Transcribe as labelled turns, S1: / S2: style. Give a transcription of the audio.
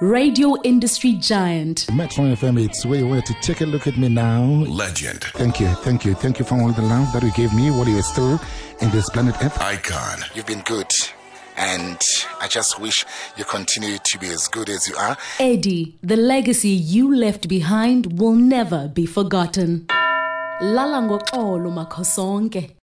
S1: radio industry giant.
S2: Metron FM, it's where you were to take a look at me now.
S3: Legend.
S2: Thank you, thank you, thank you for all the love that you gave me while you were still in this planet Earth.
S3: Icon.
S2: You've been good, and I just wish you continue to be as good as you are.
S1: Eddie, the legacy you left behind will never be forgotten. Lala ngoxolo makhosonke.